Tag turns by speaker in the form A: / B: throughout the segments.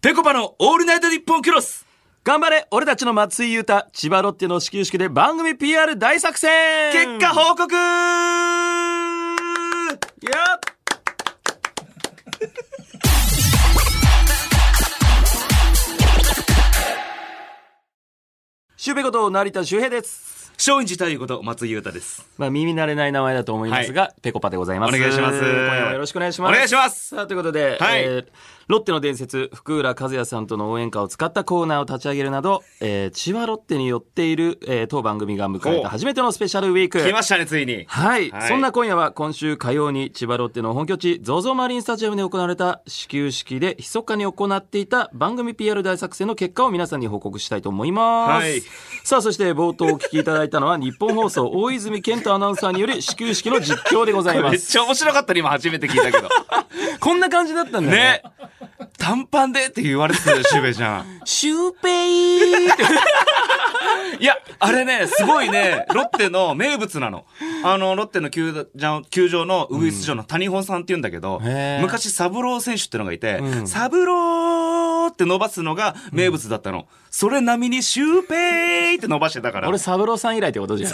A: ぺこぱのオールナイトニッポンクロス
B: 頑張れ俺たちの松井優太千葉ロッテの始球式で番組 PR 大作戦
A: 結果報告
B: いや シュウペコと成田修平です
A: 松陰寺太夫こと松井優太です。
B: まあ耳慣れない名前だと思いますが、ペコパでございます
A: お願いします
B: 今夜はよろしくお願いします
A: お願いします
B: さあということで、
A: はい
B: えーロッテの伝説福浦和也さんとの応援歌を使ったコーナーを立ち上げるなど、えー、千葉ロッテに寄っている、えー当番組が迎え
A: お
B: た初めてのスペシャルウィーク
A: 来ましたね、ついに。
B: はい、
A: はい
B: そんな今夜は今週火曜に千葉ロッテの本拠地 ZOZO マリンスタジアムで行われた始球式で密かに行っていた番組 PR 大作戦の結果を皆さんに報告したいと思います、
A: はい
B: さあそして冒頭お聞きいただいた のは日本放送大泉健太アナウンサーによる始球式の実況でございま
A: めっ
B: す
A: ちゃ面白かったね、今初めて聞いたけど。
B: こんな感じだったんだ ね
A: ね。短パンでって言われてたよ、シュウベちゃん。
B: シュウペイって
A: いや、あれね、すごいね、ロッテの名物なの。あの、ロッテの球場球場のウグイス場の谷本さんって言うんだけど、
B: へー
A: 昔サブロー選手ってのがいて、
B: うん
A: サブローって伸ばすのが名物だったの。それ並みにシュウペイって伸ばしてたから
B: 俺。サブローさん以来ってことじゃん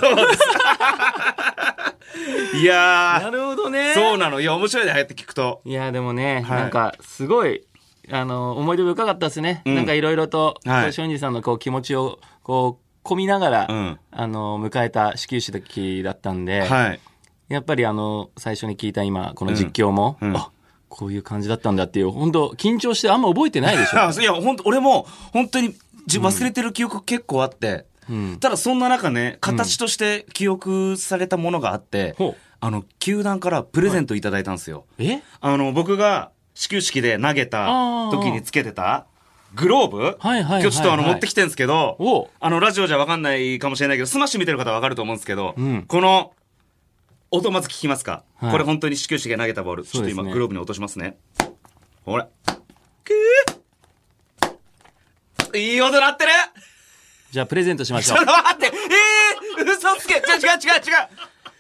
A: いや
B: なるほどね
A: ー、そうなの。いや、面白いね、ああやって聞くと。
B: いやでもね、
A: はい
B: なんかすごいあの思い出深かったですね、
A: ん
B: なんかいろいろと
A: はい
B: 松陰寺さんのこう気持ちをこう込みながら、
A: うん
B: あの迎えた始球式だったんで、
A: はい。
B: やっぱりあの最初に聞いた今この実況も、
A: うんうん
B: あこういう感じだったんだっていう本当緊張してあんま覚えてない でしょ、
A: あいや、本当俺も、本当に、じ忘れてる記憶結構あって、
B: うん、
A: ただそんな中ね、形として記憶されたものがあって、
B: ほう
A: あの、球団からプレゼントいただいたんですよ。
B: え
A: あの、僕が始球式で投げ
B: あ
A: た
B: ー
A: 時につけてた、グローブはい
B: はいはい
A: 今日ちょっとあの、
B: はい
A: 持ってきてんですけど、
B: おう
A: あの、ラジオじゃわかんないかもしれないけど、スマッシュ見てる方はわかると思うんですけど、
B: うん
A: この、音まず聞きますか、
B: はい
A: これ本当に始球式で投げたボール。ちょっと
B: そう
A: 今、
B: ですね
A: グローブに落としますね。ほら。くーいい音鳴ってる
B: じゃあプレゼントしまし
A: ち
B: ょ
A: ょ
B: う
A: っと待ってえー、嘘つけ違う違う違う違う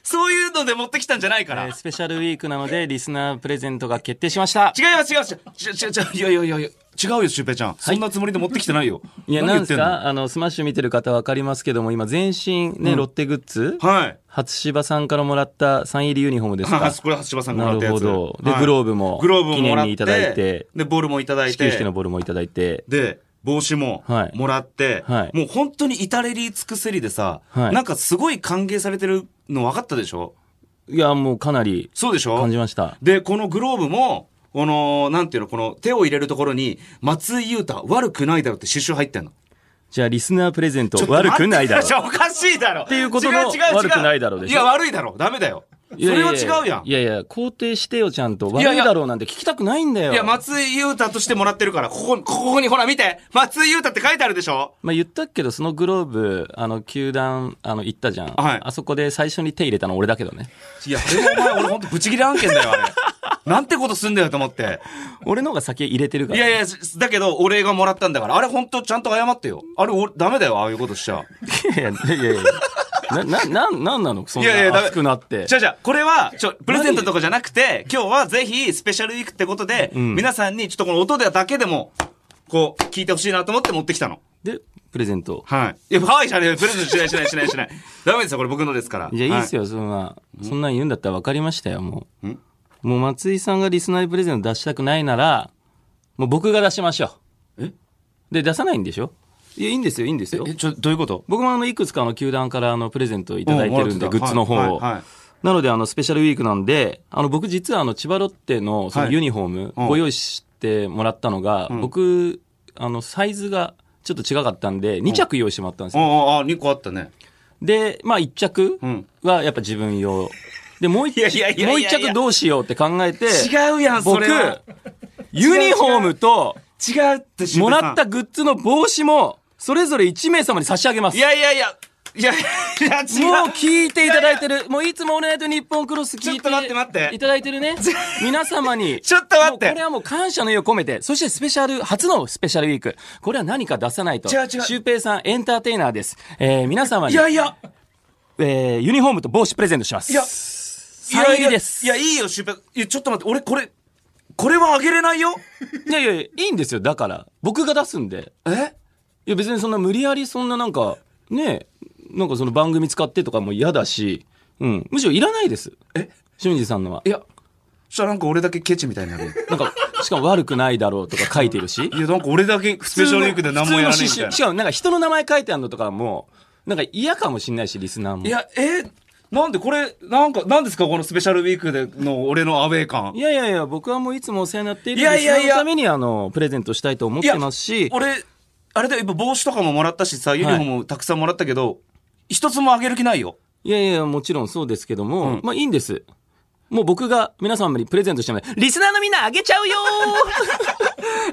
A: そういうので持ってきたんじゃないか
B: え
A: ら。
B: ースペシャルウィークなのでリスナープレゼントが決定しました
A: 違います違います違う違う違ういやいやいやいや違うよシュウペイちゃん、そんなつもりで持ってきてないよ
B: いや、
A: 何
B: な
A: 言
B: ん
A: って
B: です
A: んの
B: かあの、スマッシュ見てる方わかりますけども、今、全身ね、ロッテグッズ、
A: はい
B: 初芝さんからもらったサイン入りユニフォームです か
A: あこれ橋場さんがもらったやつ
B: なるほどでグローブも
A: グローブももらっ
B: 記念に
A: て
B: いただいて
A: でボールもいただい
B: 始球式
A: て
B: のボールもいただいて。
A: で帽子も
B: はい
A: もらって、
B: はい
A: もう本当に至れり尽くせりでさ、
B: はい
A: なんかすごい歓迎されてるの分かったでしょ
B: いや、もうかなり
A: そうでしょ
B: 感じました。
A: で、このグローブも、この、なんていうの、この手を入れるところに、松井優太、悪くないだろって刺繍入ってんの。
B: じゃあ、リスナープレゼント、悪くないだろ
A: ちょっと待って おかしいだろ。って
B: いうことの悪くないだろでしょ
A: いや、悪いだろ。ダメだよ。そ
B: いやい
A: れ
B: や
A: はい
B: や
A: 違うやん。
B: いやいや、肯定してよ、ちゃんと。悪
A: い
B: い
A: やいや
B: だろうなんて聞きたくないんだよ。
A: いや、松井優太としてもらってるから、ここ、ここにほら見て松井優太って書いてあるでしょ
B: まあ、言ったけど、そのグローブ、あの、球団、あの、行ったじゃん。
A: はい
B: あそこで最初に手入れたの俺だけどね。
A: いや、それお前、俺ほんとブチギレ案件だよ、あ れ。なんてことすんだよと思って。
B: 俺の方が先入れてるか
A: い
B: ら。
A: やいや、すだけど、お礼がもらったんだから、あれほんとちゃんと謝ってよ。あれ、おダメだよ、ああいうことしちゃ。
B: いやいやいやいや。な、な、なん、なんなのそん
A: いやいや
B: な
A: ダメ
B: 熱くなって。
A: じゃあじゃあこれは、ちょ、プレゼントとかじゃなくて、今日はぜひ、スペシャルウィークってことで、
B: ん
A: 皆さんに、ちょっとこの音でだけでも、こう、聞いてほしいなと思って持ってきたの。
B: で、プレゼント。
A: はい。いや、はいじゃねえよプレゼントしないしないしないしない。 ダメですよ、これ僕のですから。
B: いや、いいっす
A: よ。
B: よ、そんな、そんなん言うんだったら分かりましたよ、もう。
A: ん
B: もう松井さんがリスナーにプレゼント出したくないなら、もう僕が出しましょう。
A: え
B: で、出さないんでしょいや、いいんですよ、いいんですよ
A: え、。ちょ、どういうこと
B: 僕もあの、いくつかの球団からあの、プレゼントいただいてるんで、
A: うん
B: グッズの方
A: はい
B: を
A: はいはい。
B: なので、あの、スペシャルウィークなんで、あの、僕実はあの、千葉ロッテのその
A: はい
B: ユニフォーム、
A: うん
B: ご用意してもらったのが、僕、あの、サイズがちょっと違かったんで、2着用意してもらったんですよ
A: ああ、あ2個あったね。
B: で、まあ一着
A: ん
B: はやっぱ自分用。で、もう一
A: いやいやいやいや
B: 着、もう一着どうしようって考えて、
A: 違うやん、そ
B: 僕
A: れは。、
B: ユニフォームと、
A: 違うって、シュウ
B: も
A: ペイさん
B: らったグッズの帽子も、それぞれ1名様に差し上げます。
A: い
B: も
A: やいやいや、いや、いや、違う。
B: う聞いていただいてる、もういつもオールナイトニッポンクロス聞い
A: ちょ
B: て
A: っと待って待って
B: いただいて るね、皆様に、
A: ちょっと待っ
B: もうこれ
A: て。
B: はもう感謝の意を込めて、そしてスペシャル、初のスペシャルウィーク。これは何か出さないと。
A: 違う違う
B: シュウペイさん、エンターテイナーです。えー、皆様
A: い
B: に、
A: やいや。
B: えー、ユニフォームと帽子プレゼントします。
A: いや
B: サイン入りです
A: いや、いやいやいいよ、シュウペイいや、ちょっと待って、俺、これ、これはあげれないよ
B: いやいや、いいんですよ。だから。僕が出すんで。
A: え
B: いや別にそんな無理やりそんななんか、ねえ、なんかその番組使ってとかも嫌だし、うん。むしろいらないです。
A: え
B: 俊二さんのは。
A: いや、そしたらなんか俺だけケチみたいになるよ。
B: なんか、しかも悪くないだろうとか書いてるし。
A: いや、なんか俺だけ スペシャルウィークで何もやらないみたい
B: 普通の
A: な
B: し。しかもなんか人の名前書いてあるのとかも、なんか嫌かもしんないし、リスナー も。
A: いや、えーなんでこれ、なんか、なんですかこのスペシャルウィークでの俺のアウェー感
B: い。やいやいや、僕はもういつもお世話になっている
A: いやいやいや
B: リスナーのために、あの、プレゼントしたいと思ってますし、
A: 俺、あれだよ、やっぱ帽子とかももらったしさ、ユニフォームもたくさんもらったけど、一つもあげる気ないよ。
B: いやいや、もちろんそうですけど
A: う
B: も、
A: ん
B: まあいいんです。もう僕が皆様にプレゼントしてもらうリスナーのみんなあげちゃうよ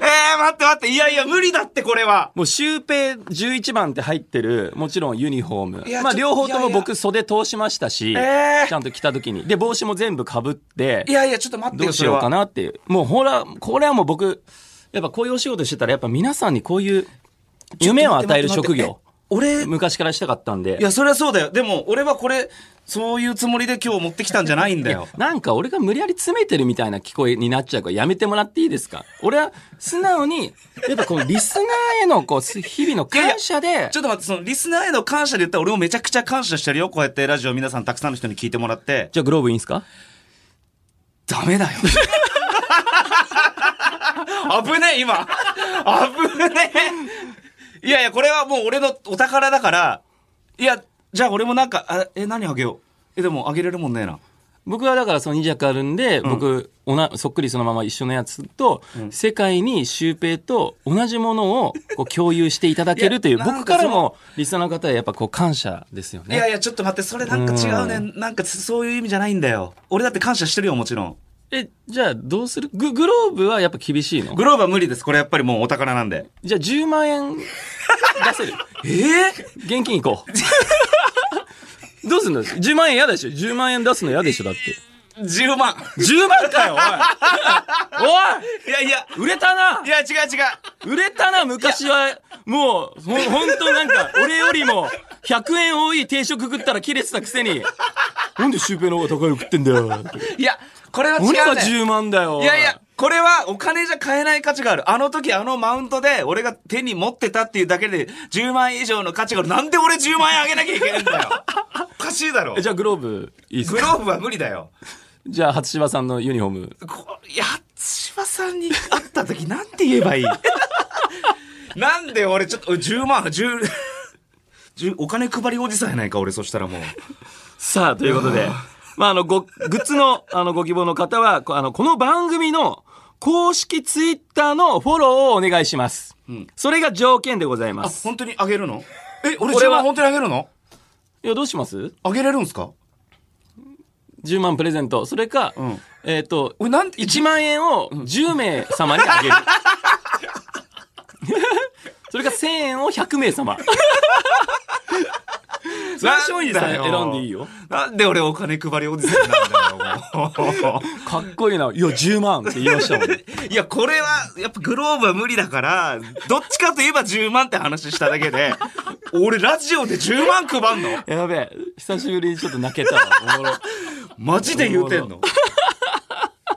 A: え
B: ー
A: ー、待って待って、いやいや、無理だってこれは。
B: もうシュウペイ11番って入ってる、もちろんユニフォ
A: い
B: ー
A: や
B: ム。まあ
A: ちょ
B: 両方と
A: いや
B: も
A: いや
B: 僕袖通しましたし、
A: えー
B: ちゃんと着た時に。で、帽子も全部被って
A: い、やいや、ちょっと待って
B: ど
A: よ、
B: うし
A: それ
B: よう
A: は
B: か。なっていう。もうほら、これはもう僕、やっぱこういうお仕事してたら、やっぱ皆さんにこういう夢を与える職業、
A: 俺、い
B: 昔からしたかったんで。
A: や、そりゃそうだよ。でも、俺はこれ、そういうつもりで今日持ってきたんじゃないんだよ。
B: なんか俺が無理やり詰めてるみたいな聞こえになっちゃうからやめてもらっていいですか俺は素直に、やっぱこのリスナーへのこう、す日々の感謝で
A: ち、ょっと待って、その、リスナーへの感謝で言ったら、俺もめちゃくちゃ感謝してるよ。こうやってラジオ皆さんたくさんの人に聞いてもらって。
B: じゃあグローブいいんすか
A: ダメだよ。危ねえ、今。危ねえ。いやいや、これはもう俺のお宝だから。いや、じゃあ俺もなんか、あえ、何あげよう。え、でもあげれるもんねえな。
B: 僕はだからその2弱あるんで、僕おな、そっくりそのまま一緒のやつと、世界にシュウペイと同じものをこう共有していただけるという、
A: いやなん
B: 僕
A: か
B: か
A: そ
B: ら
A: の
B: もリスナーの方はやっぱこう感謝ですよ
A: いや
B: ね。
A: いや、ちょっと待って、それなんか違うね。なんかそういう意味じゃないんだよ。俺だって感謝してるよ、もちろん。
B: え、じゃあどうするググローブはやっぱ厳しいの
A: グローブは無理です。これやっぱりもうお宝なんで。
B: じゃあ10万円出せ る
A: ええ
B: 現金行こう。どうすんの ?10 万円嫌でしょ ?10 万円出すの嫌でしょだって。
A: ?10 万。
B: 10万かよ お
A: いやいや、
B: いおい売れたない
A: や、違う違う。
B: 売れたな昔は、もう、ほ、ほんとなんか、俺よりも、100円多い定食食ったら切れてたくせに、なんでシュウペイの方が高いの食ってんだよ。
A: いや、これは違
B: 何
A: う
B: が
A: ね。
B: 10万だよ。
A: いやいや、これはお金じゃ買えない価値がある。あの時あのマウントで俺が手に持ってたっていうだけで10万円以上の価値がある。なんで俺10万円あげなきゃいけないんだ よ。おかしいだろ
B: え。じゃあグローブ、いいっす
A: グ
B: か
A: ローブは無理だよ。
B: じゃあ、初芝さんのユニフォーム。
A: こいや、千葉さんに会った時なんて言え ばいいなんで俺ちょっと、俺10万、10、10お金配りおじさんやないか、俺、そしたらもう。
B: さあ、ということで、まあ、あの、ご、グッズの、 あの、ご希望の方は、こあの、この番組の公式ツイッターのフォローをお願いします。それが条件でございま
A: あ、
B: す。
A: 本当にあげるのえ、俺
B: 俺
A: 10
B: は
A: 万本当にあげるの
B: いや、どうします
A: あげれるんすか
B: ?10 万プレゼント。それか、
A: ん
B: えっ、と、
A: 俺なんて、
B: 1万円を10名様にあげる。 それか1000円を100名様。それは松陰寺さん
A: なんだよ
B: 選んでいいよ。
A: なんで俺お金配りおじさんなんだよ、もう。
B: かっこいいな。いや、10万って言いましたもん。
A: いや、これは、やっぱグローブは無理だから、どっちかといえば10万って話しただけで、俺ラジオで10万配んの
B: やべえ。久しぶりにちょっと泣けたわ。おもろ
A: マジで言うてんの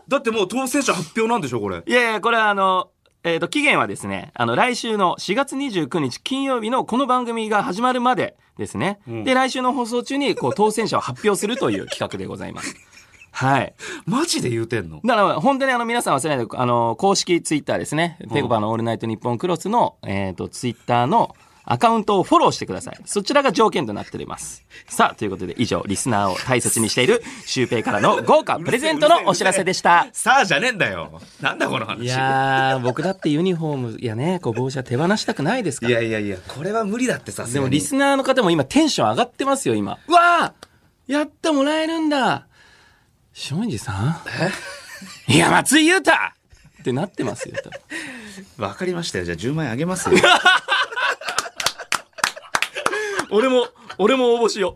A: だってもう当選者発表なんでしょ、これ。
B: いやいや、これはあの、えっ、と、期限はですね、あの、来週の4月29日金曜日のこの番組が始まるまでですね。で、来週の放送中に、こう、当選者を発表するという企画でございます。 はい。
A: マジで言うてんの
B: だから、本当にあの、皆さん忘れないで、あの、公式ツイッターですね。ペコパのオールナイトニッポンクロスの、えっ、と、ツイッターのアカウントをフォローしてください。そちらが条件となっております。さあ、ということで、以上、リスナーを大切にしている、シュウペイからの豪華プレゼントのお知らせでした。
A: さあじゃねえんだよ。なんだこの話。
B: いやー、 僕だってユニフォームやね、こう帽子は手放したくないですか
A: い
B: ら。
A: やいやいや、これは無理だってさ、
B: でもリスナーの方も今テンション上がってますよ、今。うわーやったもらえるんだ松陰寺さんいや、松井優太ってなってますよ、多分
A: わかりましたよ。じゃあ10万円あげ ますよ。
B: 俺も、俺も応募しよ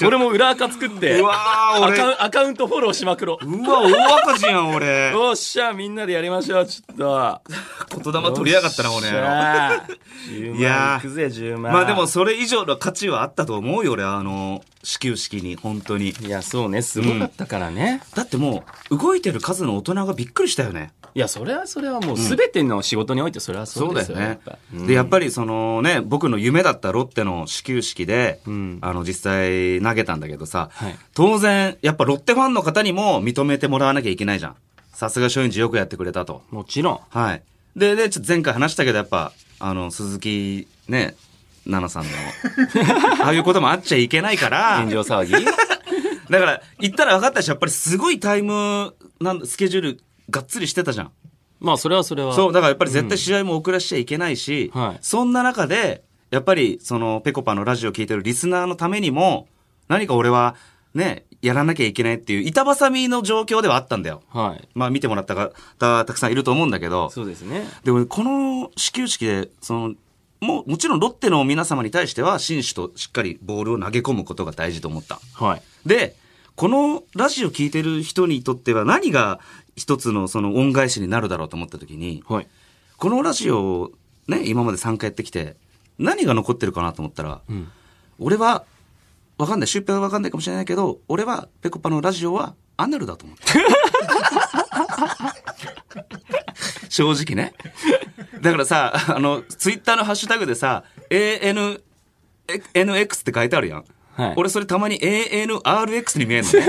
B: う。 俺も裏垢作って、
A: うわー
B: アカウ
A: 俺。
B: ンアカウントフォローしまくろう。
A: うわ、大赤字やん、俺。
B: よっしゃ、みんなでやりましょう、ちょっと。
A: 言霊取りやがったな、俺。
B: い
A: いやー
B: やいくぜ、10万。
A: まあでも、それ以上の価値はあったと思うよ、俺、あの、始球式に、本当に。
B: いや、そうね、すごかったからね。
A: だってもう、動いてる数の大人がびっくりしたよね。
B: いや、それはそれはもう、すべての仕事において、それはそうですよ。やっぱうん
A: で、やっぱりそのね、僕の夢だったロッテの始球式で、
B: うん
A: あの、実際投げたんだけどさ、
B: はい
A: 当然、やっぱロッテファンの方にも認めてもらわなきゃいけないじゃん。さすが松陰寺よくやってくれたと。
B: もちろん。
A: はい。で、で、ちょっと前回話したけど、やっぱ、あの、鈴木ね、奈々さ んの、ああいうこともあっちゃいけないから
B: 炎、上 騒ぎ。
A: だから、言ったら分かったし、やっぱりすごいタイム、なんスケジュール、がっつりしてたじゃん。
B: まあ、それはそれは。
A: そう、だからやっぱり絶対試合も遅らしちゃいけないし、
B: はい
A: そんな中で、やっぱりそのペコパのラジオ聞いてるリスナーのためにも、何か俺はね、やらなきゃいけないっていう板挟みの状況ではあったんだよ。
B: はい。
A: まあ見てもらった方、たくさんいると思うんだけど、
B: そうですね。
A: でもこの始球式で、その、もう、もちろんロッテの皆様に対しては、紳士としっかりボールを投げ込むことが大事と思った。
B: はい。
A: で、このラジオ聞いてる人にとっては何が一つのその恩返しになるだろうと思った時に、
B: はい。
A: このラジオをね、今まで3回やってきて、何が残ってるかなと思ったら、
B: うん。
A: 俺は、わかんない、シュウペイはわかんないかもしれないけど、俺は、ペコパのラジオはアナルだと思 ってる。正直ね。だからさ、あの、ツイッターのハッシュタグでさ、AN、NX って書いてあるやん。
B: はい
A: 俺それたまに ANRX に見えるの ね。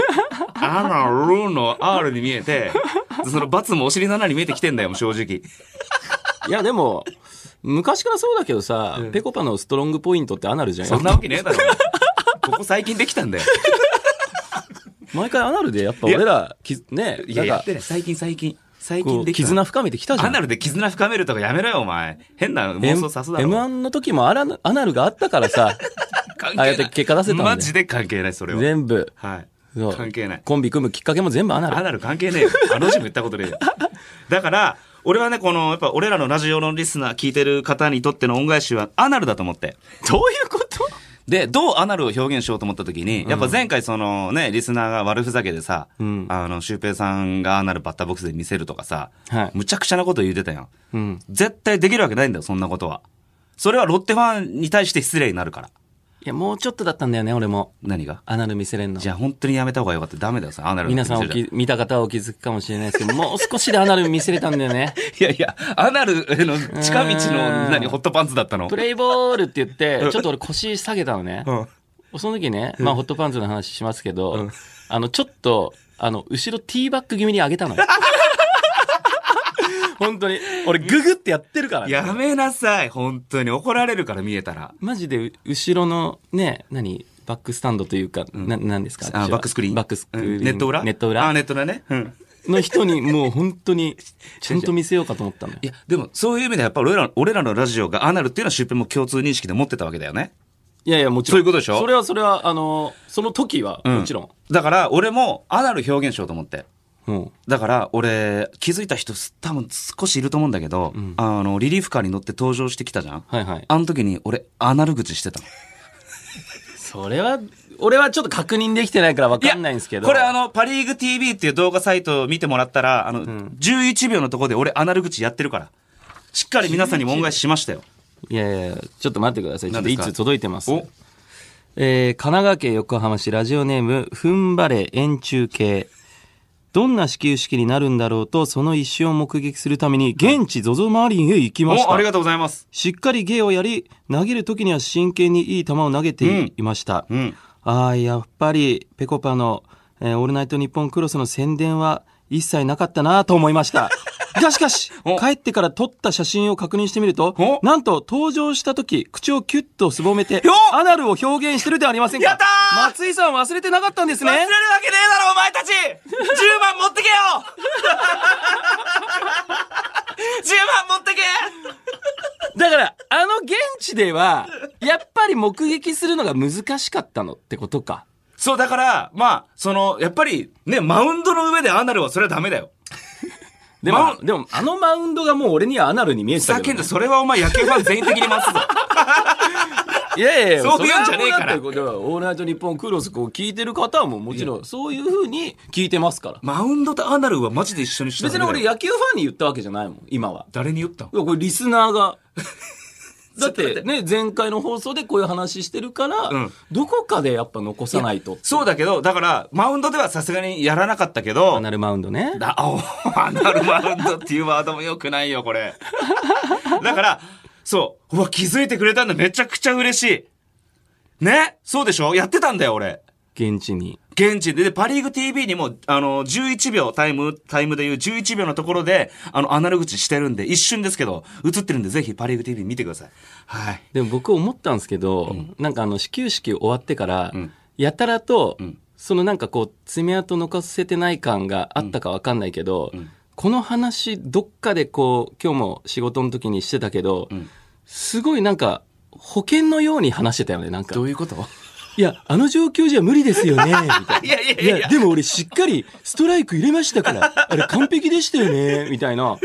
A: アナルの R に見えて、その×もお尻の穴に見えてきてんだよ、もう正直。
B: いや、でも、昔からそうだけどさ、ペコパのストロングポイントってアナルじゃん。
A: そんなわけねえ だろ。ここ最近できたんだよ。
B: 毎回アナルでやっぱ俺ら、きね、
A: い
B: な
A: や、
B: ん
A: やっ
B: か、
A: てない。最近最近。最
B: こ
A: 近
B: う
A: できた。
B: 絆深めてきたじゃん。
A: アナルで絆深めるとかやめろよ、お前。変な妄想さすだろ。
B: M1 の時もアナアナルがあったか らさ、
A: 関係
B: あ
A: な
B: あやっ
A: い
B: て結果出せたんで
A: マジで関係ない、それは。
B: 全部。
A: はい
B: そう。
A: 関係ない。
B: コンビ組むきっかけも全部アナル。
A: アナル関係ねえよ。あのジム言ったことねえよ。だから、俺はね、この、やっぱ俺らのラジオのリスナー聞いてる方にとっての恩返しはアナルだと思って。
B: どういうこと
A: で、どうアナルを表現しようと思った時に、やっぱ前回そのね、リスナーが悪ふざけでさ、
B: うん
A: あの、シュウペイさんがアナルバッターボックスで見せるとかさ、
B: はい
A: むちゃくちゃなこと言ってたやん。
B: うん。
A: 絶対できるわけないんだよ、そんなことは。それはロッテファンに対して失礼になるから。
B: いや、もうちょっとだったんだよね、俺も。
A: 何が
B: アナル見せれんの
A: じ。ゃあ本当にやめた方がよかった。ダメだよ、さ、アナル
B: 皆さんお
A: 見せる
B: き見た方はお気づきかもしれないですけど、 もう少しでアナル見せれたんだよね。
A: じゃ んいやいや、アナルへの近道
B: うー
A: の、
B: ん
A: 何、ホットパンツだったの
B: プレイボールって言って、ちょっと俺腰下げたのね。
A: うん。
B: その時ね、まあ、ホットパンツの話しますけど、あの、ちょっと、あの、後ろティーバック気味に上げたのよ。 本当に。俺、ググってやってるからね、
A: やめなさい、本当に。怒られるから見えたら。
B: マジで、う後ろの、ね、何バックスタンドというか、な、なんですか
A: あ、バックスクリーン。
B: バックスクリーン。
A: うんネット裏
B: ネット
A: あ、
B: 裏
A: ネット裏ね。うん。
B: の人に、もう本 当に、ちゃんと見せようかと思ったのよ
A: い。や、でも、そういう意味ではやっぱ俺ら、俺らのラジオがアナルっていうのはシュウペイも共通認識で持ってたわけだよね。
B: いやいや、もち
A: そ
B: ろん。
A: ういうことでしょ
B: それは、それは、あの、その時は、
A: う
B: もちろん。。
A: だから、俺もアナル表現しようと思って。
B: うん。
A: だから俺気づいた人す多分少しいると思うんだけど、あのリリーフカーに乗って登場してきたじゃん、
B: はいはい。
A: あの時に俺アナル口してたの
B: それは、俺はちょっと確認できてないから分かんないんですけど。
A: これあのパ・リーグ TV っていう動画サイトを見てもらったらあの、11秒のところで俺アナル口やってるからしっかり皆さんにも恩返ししましたよ
B: いやいや、ちょっと待ってください。ちょっ
A: 何
B: と
A: で
B: い
A: すか
B: つ届いてます。
A: お
B: えー、神奈川県横浜市ラジオネーム、ふんばれ円柱系。どんな始球式になるんだろうと、その一瞬を目撃するために、現地 ZOZO マリンへ行きまし
A: おあ
B: た
A: り。がとうございます
B: しっかり芸をやり、投げる時には真剣にいい球を投げていました。
A: うん
B: ああ、やっぱり、ペコパの、えーオールナイトニッポンクロスの宣伝は一切なかったなと思いま した。がしかし
A: お、
B: 帰ってから撮った写真を確認してみると、
A: お
B: なんと登場した時、口をキュッとすぼめて、
A: お
B: アナルを表現してるではありませんか。
A: やったー
B: 松井さん忘れてなかったんです
A: 忘れ
B: ね
A: る。わけねえだろお前たち !10 万持ってけよ !10 万持ってけ
B: だから、あの現地では、やっぱり目撃するのが難しかったのってことか。
A: そう、だから、まあ、その、やっぱり、ね、マウンドの上でアナルはそれはダメだよ。
B: でも、
A: マウ
B: でも、あのマウンドがもう俺にはアナルに見えてたけ
A: 叫
B: ど、
A: んで、それはお前野球ファン全員的に待つぞ。
B: いやいやいや、
A: そういうんじゃねえから
B: それはもうだってこうオールナイトニッポンクロスこう聞いてる方ももちろんそういうふうに聞いてますから。
A: マウンドとアナルはマジで一緒にした
B: 別に俺
A: や
B: 野球ファンに言ったわけじゃないもん、今は。
A: 誰に言ったん
B: いや、これリスナー が。だってね、前回の放送でこういう話してるから、
A: うん
B: どこかでやっぱ残さないと。
A: そうだけど、だから、マウンドではさすがにやらなかったけど、
B: アナルマウンドね。
A: だ、お、アナルマウンドっていうワードも良くないよ、こ れ。だから、そう。うわ、気づいてくれたんだ。めちゃくちゃ嬉しい。ねそうでしょやってたんだよ、俺。
B: 現地に。
A: 現地で、で、パリーグ TV にも、あの、11秒、タイム、タイムでいう11秒のところで、あの、アナル口してるんで、一瞬ですけど、映ってるんで、ぜひパリーグ TV 見てください。はい。
B: でも僕思ったんですけど、なんかあの始球式終わってから、やたらと、そのなんかこう爪痕残せてない感があったかわかんないけど、この話どっかでこう今日も仕事の時にしてたけど、すごいなんか保険のように話してたよねなんか
A: ういうこと
B: いやあの状況じゃ無理ですよねみたいない
A: やいやいやいや
B: でも俺しっかりストライク入れましたからあれ完璧でしたよねみたいな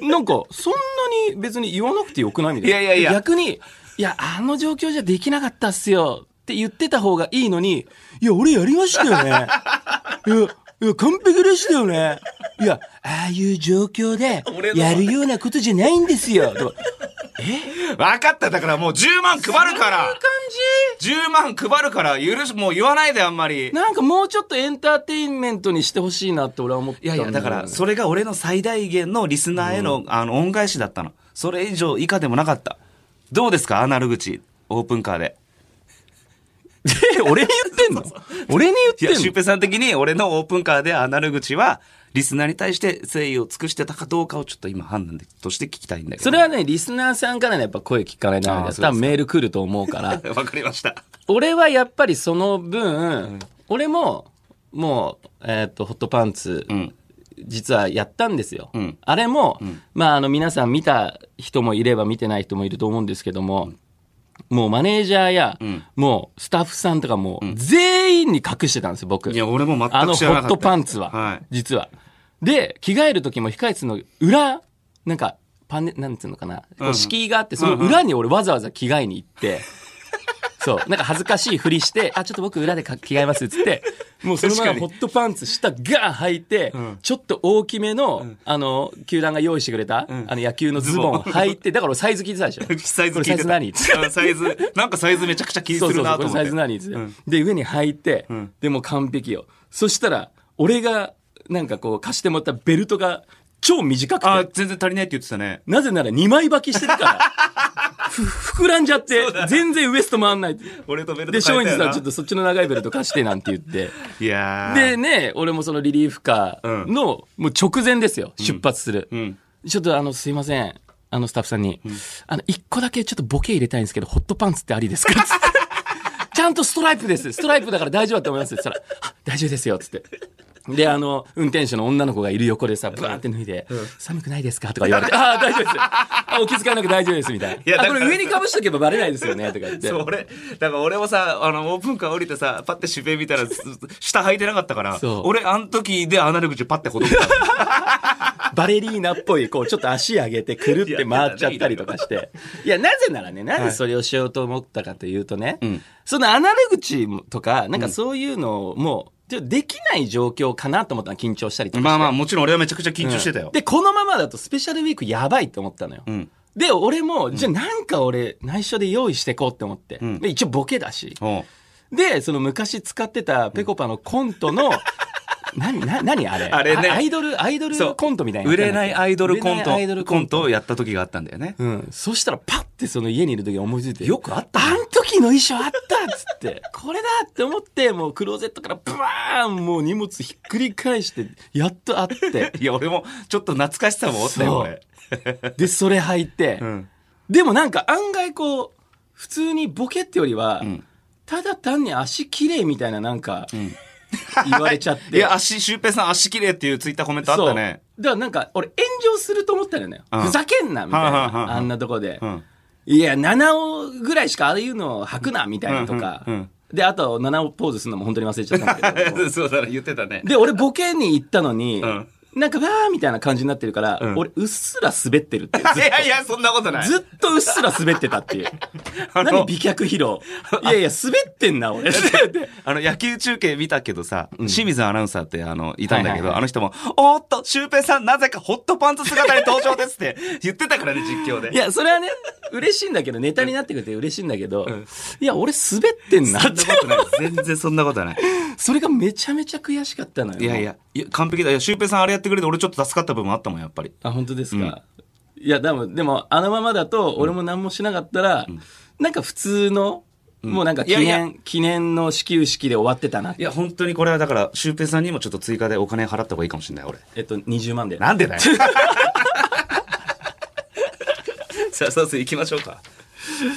B: なんかそんなに別に言わなくてよくないみたいない
A: やいやいや
B: 逆にいやあの状況じゃできなかったっすよって言ってた方がいいのにいや俺やりましたよねいやいや完璧でしたよねいやああいう状況で
A: 俺の
B: やるようなことじゃないんですよとか
A: わかった。だからもう10万配るから
B: 感じ
A: 10万配るから、許し、もう言わないで、あんまり。
B: なんかもうちょっとエンターテインメントにしてほしいなって俺は思ったん
A: いやいや、だから、それが俺の最大限のリスナーへの、あの、恩返しだったの。それ以上以下でもなかった。どうですかアナル口、オープンカーで。
B: れ、俺に 言ってんの俺に
A: い
B: 言
A: や、
B: って
A: シュ
B: ん
A: ウペイさん的に俺のオープンカーでアナル口は、リスナーに対して誠意を尽くしてたかどうかをちょっと今判断でとして聞きたいんだけど。
B: それはね、リスナーさんからね、やっぱ声聞かれない
A: あ
B: の
A: ー
B: で、
A: そうですか
B: 多分メール来ると思 うから、
A: わかりました。
B: 俺はやっぱりその分、俺も、もう、えっ、と、ホットパンツ、
A: ん
B: 実はやったんですよ。
A: ん
B: あれも、まあ、あの、皆さん見た人もいれば見てない人もいると思うんですけども、もうマネージャーや、もうスタッフさんとかも、全員に隠してたんですよ、僕。
A: いや、俺も全
B: あ
A: く
B: のホ
A: 知らなかった。
B: ットパンツは、
A: はい。
B: 実は。で、着替える時も控室の裏、なんか、パネ、なんつうのかな、こ
A: う
B: うん敷居があって、その裏に俺わざわざ着替えに行 って、そう、なんか恥ずかしいふりして、あ、ちょっと僕裏でか着替えますっつって、もうそのまま
A: 確か
B: ホ
A: に
B: ットパンツ下ガーン履いて、
A: ん
B: ちょっと大きめの、あの、球団が用意してくれた、
A: ん
B: あの野球のズボンを履いて、だから俺サイズ聞いてたでしょ。
A: サイズ聞いてた。
B: これサイズ何
A: うんサイズ、なんかサイズめちゃくちゃ気にす
B: そうそ
A: る
B: うそ
A: な
B: う、ことれ
A: 思って。
B: サイズ何つって、
A: うん
B: で、上に履いて、
A: ん
B: でもう完璧よ。そしたら、俺が、なんかこう、貸してもらったベルトが、超短
A: あ
B: く
A: ー
B: て、
A: 全然足りないって言ってたね。
B: なぜなら2枚履きしてる から、ふ膨らんじゃって、全然ウエスト回んない。
A: 俺とベル
B: で、
A: ト
B: 松
A: 変え
B: 陰
A: た
B: 寺
A: よな
B: さんちょっとそっちの長いベルト貸してなんて言って。
A: いやー
B: でね、俺もそのリリーフカーの、もう直前ですよ、出発する。
A: ん
B: ちょっとあの、すいません。あの、スタッフさんに、あの、一個だけちょっとボケ入れたいんですけど、ホットパンツってあ りですかつってちゃんとストライプです。ストライプだから大丈夫だと思います。つったら、あ大丈夫ですよ。つって。で、あの、運転手の女の子がいる横でさ、ブワーって脱いで、寒くないですかとか言われて、ああ、大丈夫です。あお気遣いなく大丈夫です。みたい
A: いや
B: な。あ、
A: だ
B: こ
A: から
B: れ上にかぶしとけばバレないですよね。とか言って。
A: そう、俺、だから俺もさ、あの、オープンカー降りてさ、パッてシュペイ見たら、す下履いてなかったから
B: そう、
A: 俺、あの時でアナル口パッてほどけた。
B: バレリーナっぽい、こう、ちょっと足上げて、くるって回っちゃったりとかして。いや、なぜならね、なぜそれをしようと思ったかというとね、その穴出口とか、なんかそういうのをもう、ちょっとできない状況かなと思ったの、緊張したりとか して。
A: まあまあ、もちろん俺はめちゃくちゃ緊張してた
B: うん
A: よ。
B: で、このままだとスペシャルウィークやばいって思ったのよ。
A: ん
B: で、俺も、じゃあなんか俺、内緒で用意してこうって思って。
A: ん
B: で一応ボケだし。
A: おう
B: で、その昔使ってたペコパのコント の、何、何、何あれ
A: あれね
B: アイドル、アイドルコントみたいなの
A: 売
B: やっ
A: れ
B: たん
A: な
B: だっけ。
A: いアイドルコ
B: 売
A: ン
B: れないアイド
A: ト、
B: ル
A: コントをやった時があったんだよね。
B: うん。そしたらパッてその家にいる時思いついて。よくあったあん時の衣装あったっつって、これだって思って、もうクローゼットからブワーンもう荷物ひっくり返して、やっと あって。
A: いや、俺も、ちょっと懐かしさもおったよ、
B: そう
A: 俺。
B: で、それ履いて。
A: うん。
B: でもなんか案外こう、普通にボケってよりは、
A: ん
B: ただ単に足綺麗みたいななんか、言われちゃっ て。
A: いや、足、シュウペイさん足綺麗っていうツイッターコメントあったね。
B: そうだからなんか、俺炎上すると思ったのよね。
A: うん
B: ふざけんな、みたい
A: はあはあは
B: な。
A: あ
B: あんなとこで。
A: うん。
B: いや、七尾ぐらいしかああいうのを履くな、みたいなとか。
A: うんうんうん
B: で、あ と、七尾ポーズするのも本当に忘れちゃったんだけど。
A: そうだね、言ってたね。
B: で、俺ボケに行ったのに、
A: うん
B: なんかわーみたいな感じになってるから、
A: うん
B: 俺うっすら滑ってるっていう
A: いやいや、そんなことない。
B: ずっとずっとうっすら滑ってたっていう。
A: あ
B: 何
A: の
B: 美脚 披露。いやいや、滑ってんな、俺。
A: あの、野球中継見たけどさ、清水アナウンサーって、あの、いたんだけ
B: はいはいは
A: ど、
B: い
A: あの人も、おーっと、シュウペイさん、なぜかホットパンツ姿で登場ですって 言ってたからね、実況で。
B: いや、それはね、嬉しいんだけど、ネタになってくれて嬉しいんだけど、
A: ん
B: いや、俺滑ってんな
A: そ
B: っ
A: ん
B: て
A: な。ことない。 全然そんなことない。
B: それがめちゃめちゃ悔しかったのよ。
A: いやい。や、いや完璧だ。いや、シュウペイさんあれやってくれて、俺ちょっと助かった部分あったもん、やっぱり。
B: あ、本当ですか。いや、でも、でも、あのままだと、俺も何もしなかったら、なんか普通の、もうなんか記念、
A: いやい
B: 記念の始球式で終わってたなって
A: い。や、本当にこれはだから、シュウペイさんにもちょっと追加でお金払った方がいいかもしれない、俺。
B: えっと、20万 で。
A: なんでだよ。 さあ、そうそう、行きましょうか。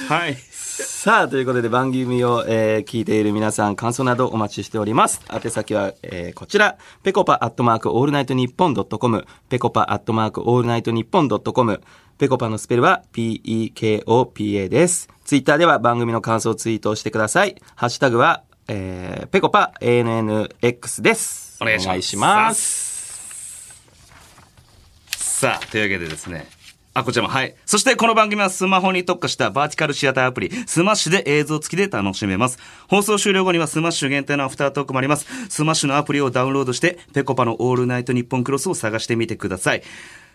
A: はい。
B: さあ、ということで番組を、えー聞いている皆さん、感想などお待ちしております。宛先は、えーこちら、ぺこぱアットマークオールナイトニッポンドットコム、ぺこぱアットマークオールナイトニッポンドットコム、ぺこぱのスペルは p-e-k-o-p-a です。ツイッターでは番組の感想をツイートしてください。ハッシュタグは、えー、ぺこぱ ANNX です。
A: お願いします。
B: ます
A: さあ、というわけでですね。あ、こちらも、はい。そして、この番組はスマホに特化したバーティカルシアターアプリ、スマッシュで映像付きで楽しめます。放送終了後にはスマッシュ限定のアフタートークもあります。スマッシュのアプリをダウンロードして、ペコパのオールナイトニッポンクロスを探してみてください。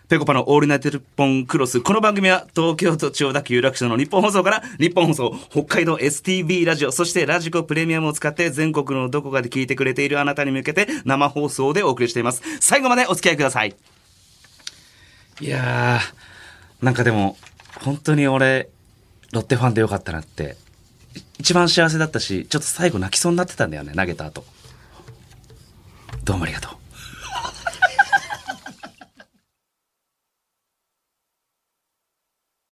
A: ペコパのオールナイトニッポンクロス。この番組は東京都千代田区有楽町の日本放送から日本放送、北海道 STB ラジオ、そしてラジコプレミアムを使って全国のどこかで聞いてくれているあなたに向けて生放送でお送りしています。最後までお付き合いください。いやー、なんかでも、本当に俺、ロッテファンでよかったなって。い一番幸せだったし、ちょっと最後泣きそうになってたんだよね、投げた後。どうもありがとう。